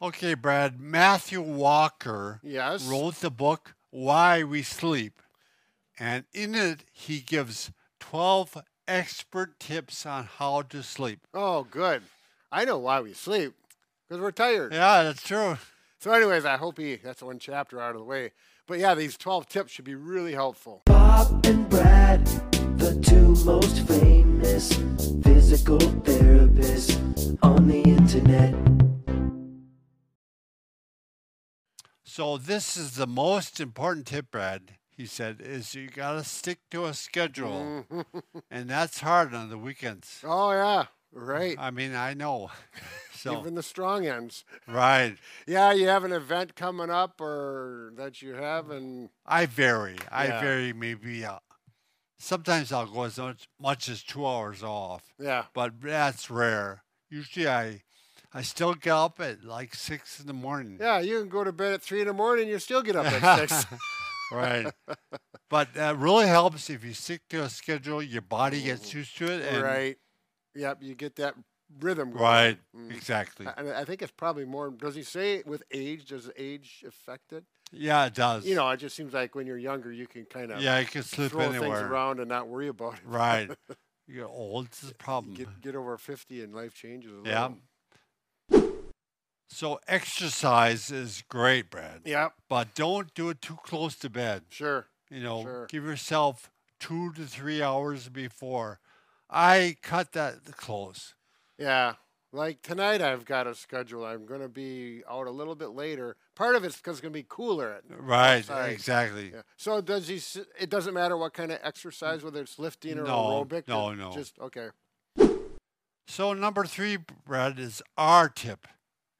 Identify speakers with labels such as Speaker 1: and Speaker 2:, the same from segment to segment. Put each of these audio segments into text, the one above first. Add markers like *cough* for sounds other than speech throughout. Speaker 1: Okay, Brad. Matthew Walker
Speaker 2: Yes.
Speaker 1: wrote the book Why We Sleep, and in it he gives 12 expert tips on how to sleep.
Speaker 2: Oh, good. I know why we sleep because we're tired.
Speaker 1: Yeah, that's true.
Speaker 2: So, anyways, I hope he that's one chapter out of the way. But yeah, these 12 tips should be really helpful.
Speaker 3: Bob and Brad, the two most famous physical therapists on the internet.
Speaker 1: So this is the most important tip, Brad. He said is you gotta stick to a schedule,
Speaker 2: *laughs*
Speaker 1: and that's hard on the weekends.
Speaker 2: Oh, yeah, right.
Speaker 1: I mean, I know. *laughs* So
Speaker 2: Even the strong ends.
Speaker 1: right,
Speaker 2: Yeah, you have an event coming up or that you have, and
Speaker 1: I vary. I
Speaker 2: Yeah.
Speaker 1: vary. Maybe uh, sometimes I'll go as much, much as two hours off,
Speaker 2: yeah,
Speaker 1: but that's rare. Usually, I I still get up at like six in the morning. *laughs*
Speaker 2: yeah, you can go to bed at three in the morning, you still get up at six. *laughs*
Speaker 1: right. But that really helps if you stick to a schedule. Your body gets used to it, and
Speaker 2: Mm. right. Yep, you get that rhythm going.
Speaker 1: Right.
Speaker 2: Mm. *laughs*
Speaker 1: Exactly.
Speaker 2: I- And I think it's probably more. Does he say with age? Does age affect it?
Speaker 1: Yeah, it does.
Speaker 2: You know, it just seems like when you're younger, you can kind of
Speaker 1: Yeah, you can slip
Speaker 2: throw things
Speaker 1: anywhere.
Speaker 2: around and not worry about it.
Speaker 1: Right. You get old is a problem.
Speaker 2: *laughs* Get get over fifty and life changes. A
Speaker 1: yeah.
Speaker 2: Little.
Speaker 1: So exercise is great, Brad.
Speaker 2: Yeah.
Speaker 1: But don't do it too close to bed.
Speaker 2: Sure.
Speaker 1: You know,
Speaker 2: Sure.
Speaker 1: give yourself two to three hours before. I cut that close.
Speaker 2: Yeah. Like tonight, I've got a schedule. I'm going to be out a little bit later. Part of it's because it's going to be cooler. At,
Speaker 1: Right.
Speaker 2: Outside.
Speaker 1: Exactly.
Speaker 2: yeah. So does he? s- It doesn't matter what kind of exercise, whether it's lifting or
Speaker 1: No,
Speaker 2: aerobic.
Speaker 1: no,
Speaker 2: it
Speaker 1: no.
Speaker 2: Just okay.
Speaker 1: So number three, Brad, is our tip,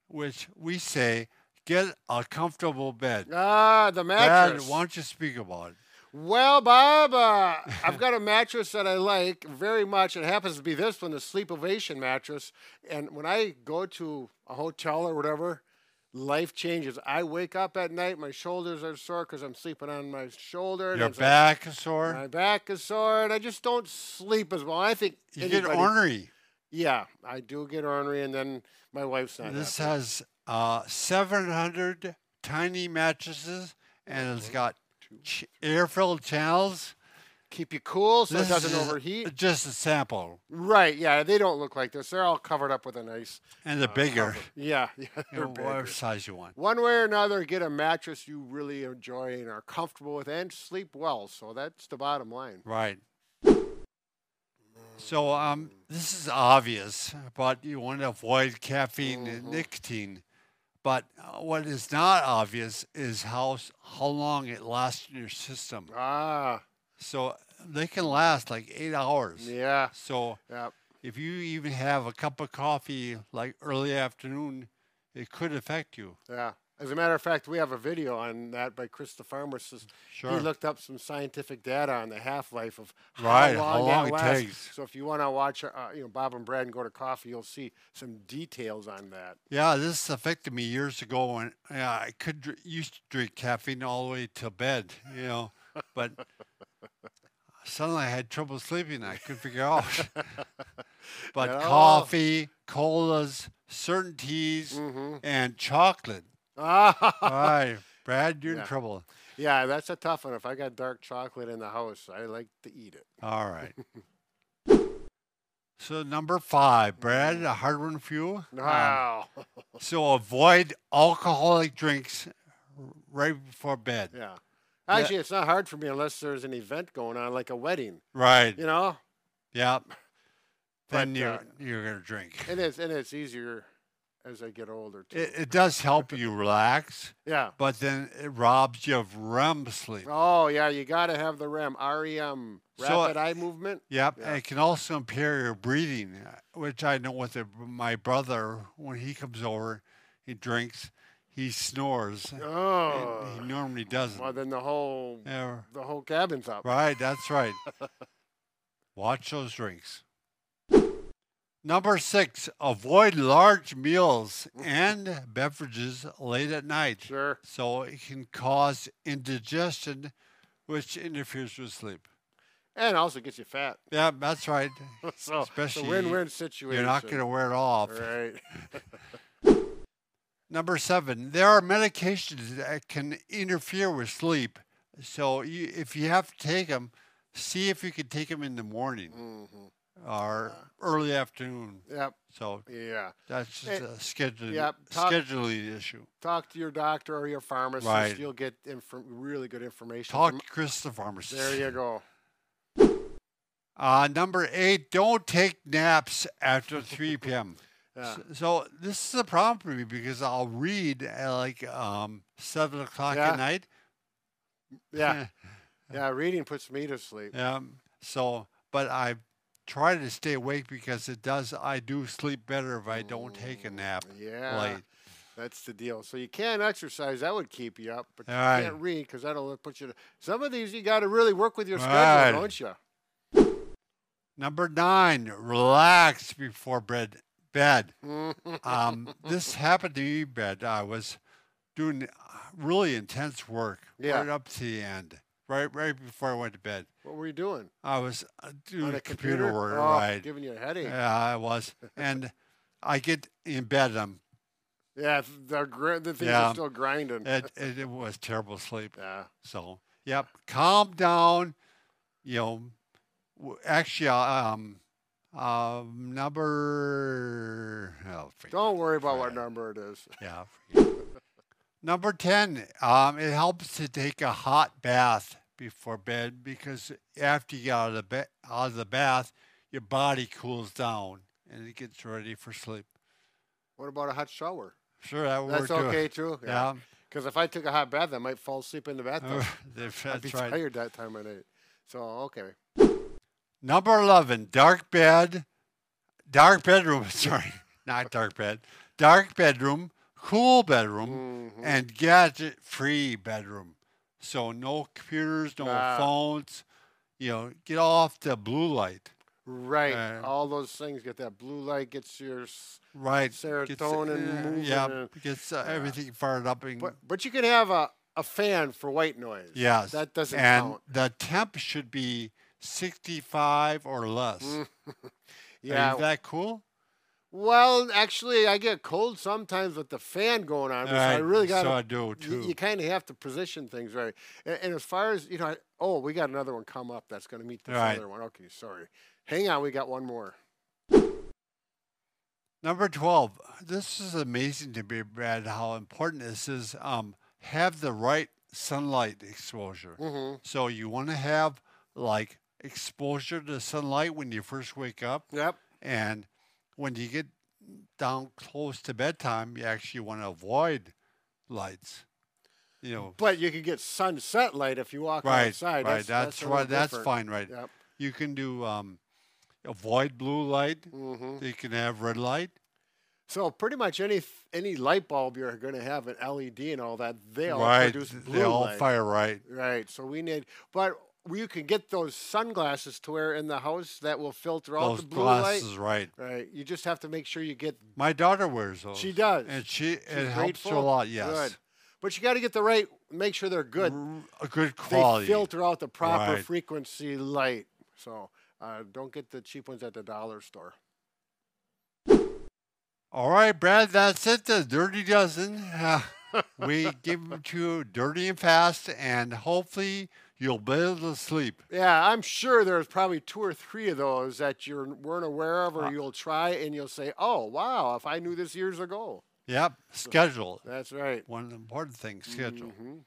Speaker 1: which we say get a comfortable bed.
Speaker 2: Ah, the
Speaker 1: Brad,
Speaker 2: mattress.
Speaker 1: why don't you speak about it?
Speaker 2: Well, Bob, uh, I've got a mattress that I like very much. It happens to be this one, the Sleepovation mattress. And when I go to a hotel or whatever, life changes. I wake up at night, my shoulders are sore because I'm sleeping on my shoulder. and
Speaker 1: Your
Speaker 2: it's like,
Speaker 1: back is sore.
Speaker 2: my back is sore, and I just don't sleep as well. I think
Speaker 1: you get
Speaker 2: anybody-
Speaker 1: ornery.
Speaker 2: Yeah, I do get ornery, and then my wife's not
Speaker 1: This
Speaker 2: happy.
Speaker 1: has uh, 700 tiny mattresses and
Speaker 2: Mm-hmm.
Speaker 1: it's got ch- air-filled channels.
Speaker 2: Keep you cool so
Speaker 1: this
Speaker 2: it doesn't
Speaker 1: is
Speaker 2: overheat.
Speaker 1: Just a sample,
Speaker 2: Right, yeah, they don't look like this. They're all covered up with a nice,
Speaker 1: and the bigger,
Speaker 2: yeah, *laughs*
Speaker 1: you
Speaker 2: yeah, Oh, they're
Speaker 1: know, whatever
Speaker 2: bigger.
Speaker 1: size you want.
Speaker 2: One way or another, get a mattress you really enjoy and are comfortable with and sleep well. So that's the bottom line.
Speaker 1: Right. So
Speaker 2: Mm.
Speaker 1: um, this is obvious, but you want to avoid caffeine
Speaker 2: Mm-hmm.
Speaker 1: and nicotine. But uh, what is not obvious is how s- how long it lasts in your system.
Speaker 2: Ah,
Speaker 1: So they can last like eight hours.
Speaker 2: yeah.
Speaker 1: So
Speaker 2: yeah.
Speaker 1: if you even have a cup of coffee like early afternoon, it could affect you.
Speaker 2: Yeah. As a matter of fact, we have a video on that by Chris the pharmacist.
Speaker 1: Sure.
Speaker 2: He looked up some scientific data on the half life of how
Speaker 1: Right, how
Speaker 2: long,
Speaker 1: long
Speaker 2: that
Speaker 1: it
Speaker 2: lasts.
Speaker 1: takes.
Speaker 2: So if you want to watch, uh, you know, Bob and Brad and go to coffee, you'll see some details on that.
Speaker 1: Yeah, this affected me years ago when yeah, I could dr- used to drink caffeine all the way till bed, you know,
Speaker 2: *laughs*
Speaker 1: but suddenly I had trouble sleeping. I couldn't figure out.
Speaker 2: *laughs*
Speaker 1: but
Speaker 2: Well.
Speaker 1: coffee, colas, certain teas,
Speaker 2: Mm. Mm-hmm. *laughs*
Speaker 1: and chocolate. All
Speaker 2: Ah,
Speaker 1: right, Brad, you're in
Speaker 2: Yeah.
Speaker 1: trouble.
Speaker 2: yeah, that's a tough one. If I got dark chocolate in the house, I like to eat it.
Speaker 1: All right. So number five, Brad, a hard one for you. Um,
Speaker 2: *laughs* Wow.
Speaker 1: so avoid alcoholic drinks r- right before bed.
Speaker 2: yeah. Actually, it's not hard for me unless there's an event going on, like a wedding.
Speaker 1: Right.
Speaker 2: You know,
Speaker 1: Yeah. Then
Speaker 2: But,
Speaker 1: you're
Speaker 2: uh,
Speaker 1: you're gonna drink.
Speaker 2: and it's and it's easier as I get older too.
Speaker 1: It, it does help you relax,
Speaker 2: yeah.
Speaker 1: but then it robs you of REM sleep.
Speaker 2: Oh yeah, you gotta have the REM, REM,
Speaker 1: So,
Speaker 2: rapid eye movement.
Speaker 1: Yep,
Speaker 2: Yeah.
Speaker 1: and it can also impair your breathing, uh, which I know with the, my brother when he comes over, he drinks, he snores. and
Speaker 2: Oh,
Speaker 1: he normally doesn't.
Speaker 2: well then the whole
Speaker 1: Yeah,
Speaker 2: the whole cabin's up.
Speaker 1: right, that's right. Watch those drinks. Number six, avoid large meals and beverages late at night.
Speaker 2: Sure.
Speaker 1: so it can cause indigestion, which interferes with sleep.
Speaker 2: And also gets you fat. *laughs*
Speaker 1: Yeah, that's right.
Speaker 2: So
Speaker 1: Especially
Speaker 2: it's a win-win situation.
Speaker 1: You're not going to wear it off.
Speaker 2: Right.
Speaker 1: Number seven, there are medications that can interfere with sleep. So you, if you have to take them, see if you can take them in the morning
Speaker 2: Mm-hmm.
Speaker 1: or early afternoon.
Speaker 2: Yep.
Speaker 1: So
Speaker 2: Yeah.
Speaker 1: that's just
Speaker 2: Eh,
Speaker 1: a scheduling,
Speaker 2: yeah, talk-
Speaker 1: scheduling issue.
Speaker 2: Talk to your doctor or your pharmacist.
Speaker 1: Right.
Speaker 2: You'll get inf- really good information.
Speaker 1: Talk
Speaker 2: from-
Speaker 1: to Chris the pharmacist.
Speaker 2: um, There you go.
Speaker 1: Uh, number eight, don't take naps after
Speaker 2: *laughs*
Speaker 1: 3 p.m.
Speaker 2: Yeah.
Speaker 1: S- So *laughs* this is a problem for me because I'll read at like um, seven o'clock
Speaker 2: Yeah.
Speaker 1: at night. *laughs*
Speaker 2: Yeah. Yeah. Reading puts me to sleep.
Speaker 1: Um, so, but I try to stay awake because it does. I do sleep better if I don't take a nap
Speaker 2: Yeah.
Speaker 1: late.
Speaker 2: That's the deal. So you can't exercise. That would keep you up, but you
Speaker 1: Right.
Speaker 2: can't read because that'll put you to. Some of these you got to really work with your
Speaker 1: Right.
Speaker 2: schedule, don't you?
Speaker 1: Number nine, relax before bed. Bed. Um,
Speaker 2: *laughs*
Speaker 1: this happened to me. Bed. I was doing uh, really intense work
Speaker 2: Yeah.
Speaker 1: right up to the end, right right before I went to bed.
Speaker 2: *laughs* what were you doing?
Speaker 1: I was uh, doing
Speaker 2: On a
Speaker 1: computer,
Speaker 2: computer?
Speaker 1: work,
Speaker 2: Oh,
Speaker 1: right?
Speaker 2: Giving you a headache. Yeah,
Speaker 1: Yeah, I was, and
Speaker 2: *laughs*
Speaker 1: I get in bed. um, and I'm
Speaker 2: th- the, gr- the things
Speaker 1: Yeah.
Speaker 2: are still grinding.
Speaker 1: it, it, it was terrible sleep.
Speaker 2: yeah.
Speaker 1: So, yep, calm down. You know, w- actually, um, um, number. Oh, forget-
Speaker 2: Don't worry about what
Speaker 1: Right.
Speaker 2: number it is.
Speaker 1: yeah. forget. number ten. Um, it helps to take a hot bath before bed because after you get out of the ba- out of the bath, your body cools down and it gets ready for sleep.
Speaker 2: What about a hot shower?
Speaker 1: Sure, that worked.
Speaker 2: That's okay too. *laughs*
Speaker 1: Yeah,
Speaker 2: Because if I took a hot bath, I might fall asleep in the
Speaker 1: Uh,
Speaker 2: bathtub.
Speaker 1: *laughs* that's
Speaker 2: *laughs* I'd be
Speaker 1: right.
Speaker 2: tired that time of night. So okay.
Speaker 1: Number 11, dark bed, dark bedroom, *laughs* sorry, not dark bed, dark bedroom, cool bedroom,
Speaker 2: Mhm.
Speaker 1: and gadget free bedroom. So no computers, no
Speaker 2: Ah.
Speaker 1: phones, you know, get off the blue light,
Speaker 2: Right.
Speaker 1: uh,
Speaker 2: All those things get that blue light gets your. s-
Speaker 1: right?
Speaker 2: Serotonin
Speaker 1: gets,
Speaker 2: moving
Speaker 1: yeah,
Speaker 2: and-
Speaker 1: gets uh, everything fired up. And,
Speaker 2: But but you could have a, a fan for white noise.
Speaker 1: yes,
Speaker 2: That doesn't
Speaker 1: and
Speaker 2: count.
Speaker 1: the temp should be 65 or less.
Speaker 2: Mm,
Speaker 1: Yeah.
Speaker 2: Yeah.
Speaker 1: Is that cool?
Speaker 2: well, actually, I get cold sometimes with the fan going on, so I
Speaker 1: Alright,
Speaker 2: really got
Speaker 1: so
Speaker 2: to
Speaker 1: I do
Speaker 2: you,
Speaker 1: too.
Speaker 2: kind of have to position things right. And, and as far as you know, I, oh, we got another one come up that's going to meet this
Speaker 1: Right.
Speaker 2: other one. Okay, sorry. Hang on, we got one more.
Speaker 1: Number 12. This is amazing to me, Brad, how important this is. Um, have the right sunlight exposure.
Speaker 2: hmm
Speaker 1: So you want to have like exposure to sunlight when you first wake up.
Speaker 2: Yep.
Speaker 1: And when you get down close to bedtime, you actually want to avoid lights. You know,
Speaker 2: But you could get sunset light if you walk
Speaker 1: right,
Speaker 2: outside.
Speaker 1: right. That's,
Speaker 2: a
Speaker 1: right.
Speaker 2: little
Speaker 1: That's
Speaker 2: different.
Speaker 1: fine, right?
Speaker 2: Yep.
Speaker 1: You can do um, avoid blue light.
Speaker 2: hmm
Speaker 1: You can have red light.
Speaker 2: So pretty much any any light bulb you're going to have an LED and all that, they all
Speaker 1: right.
Speaker 2: produce blue
Speaker 1: They all
Speaker 2: light.
Speaker 1: fire right.
Speaker 2: Right. So we need, but you can get those sunglasses to wear in the house that will filter out the
Speaker 1: Those
Speaker 2: blue
Speaker 1: glasses,
Speaker 2: light.
Speaker 1: right?
Speaker 2: Right. You just have to make sure you get.
Speaker 1: My daughter wears those.
Speaker 2: She does.
Speaker 1: and she
Speaker 2: She's
Speaker 1: it helps her a
Speaker 2: grateful?
Speaker 1: lot. Yes,
Speaker 2: Good. But you got to get the right. Make sure they're good.
Speaker 1: R- a good quality.
Speaker 2: They filter out the proper
Speaker 1: Right.
Speaker 2: frequency light. So uh, don't get the cheap ones at the dollar store.
Speaker 1: All right, Brad, that's it. The dirty dozen. *laughs* we give them to you dirty and fast, and hopefully you'll be able to sleep.
Speaker 2: Yeah, I'm sure there's probably two or three of those that you weren't aware of, or
Speaker 1: Uh,
Speaker 2: you'll try and you'll say, "Oh, wow! If I knew this years ago."
Speaker 1: Yep, schedule.
Speaker 2: That's right.
Speaker 1: One important thing, schedule.
Speaker 2: Mhm.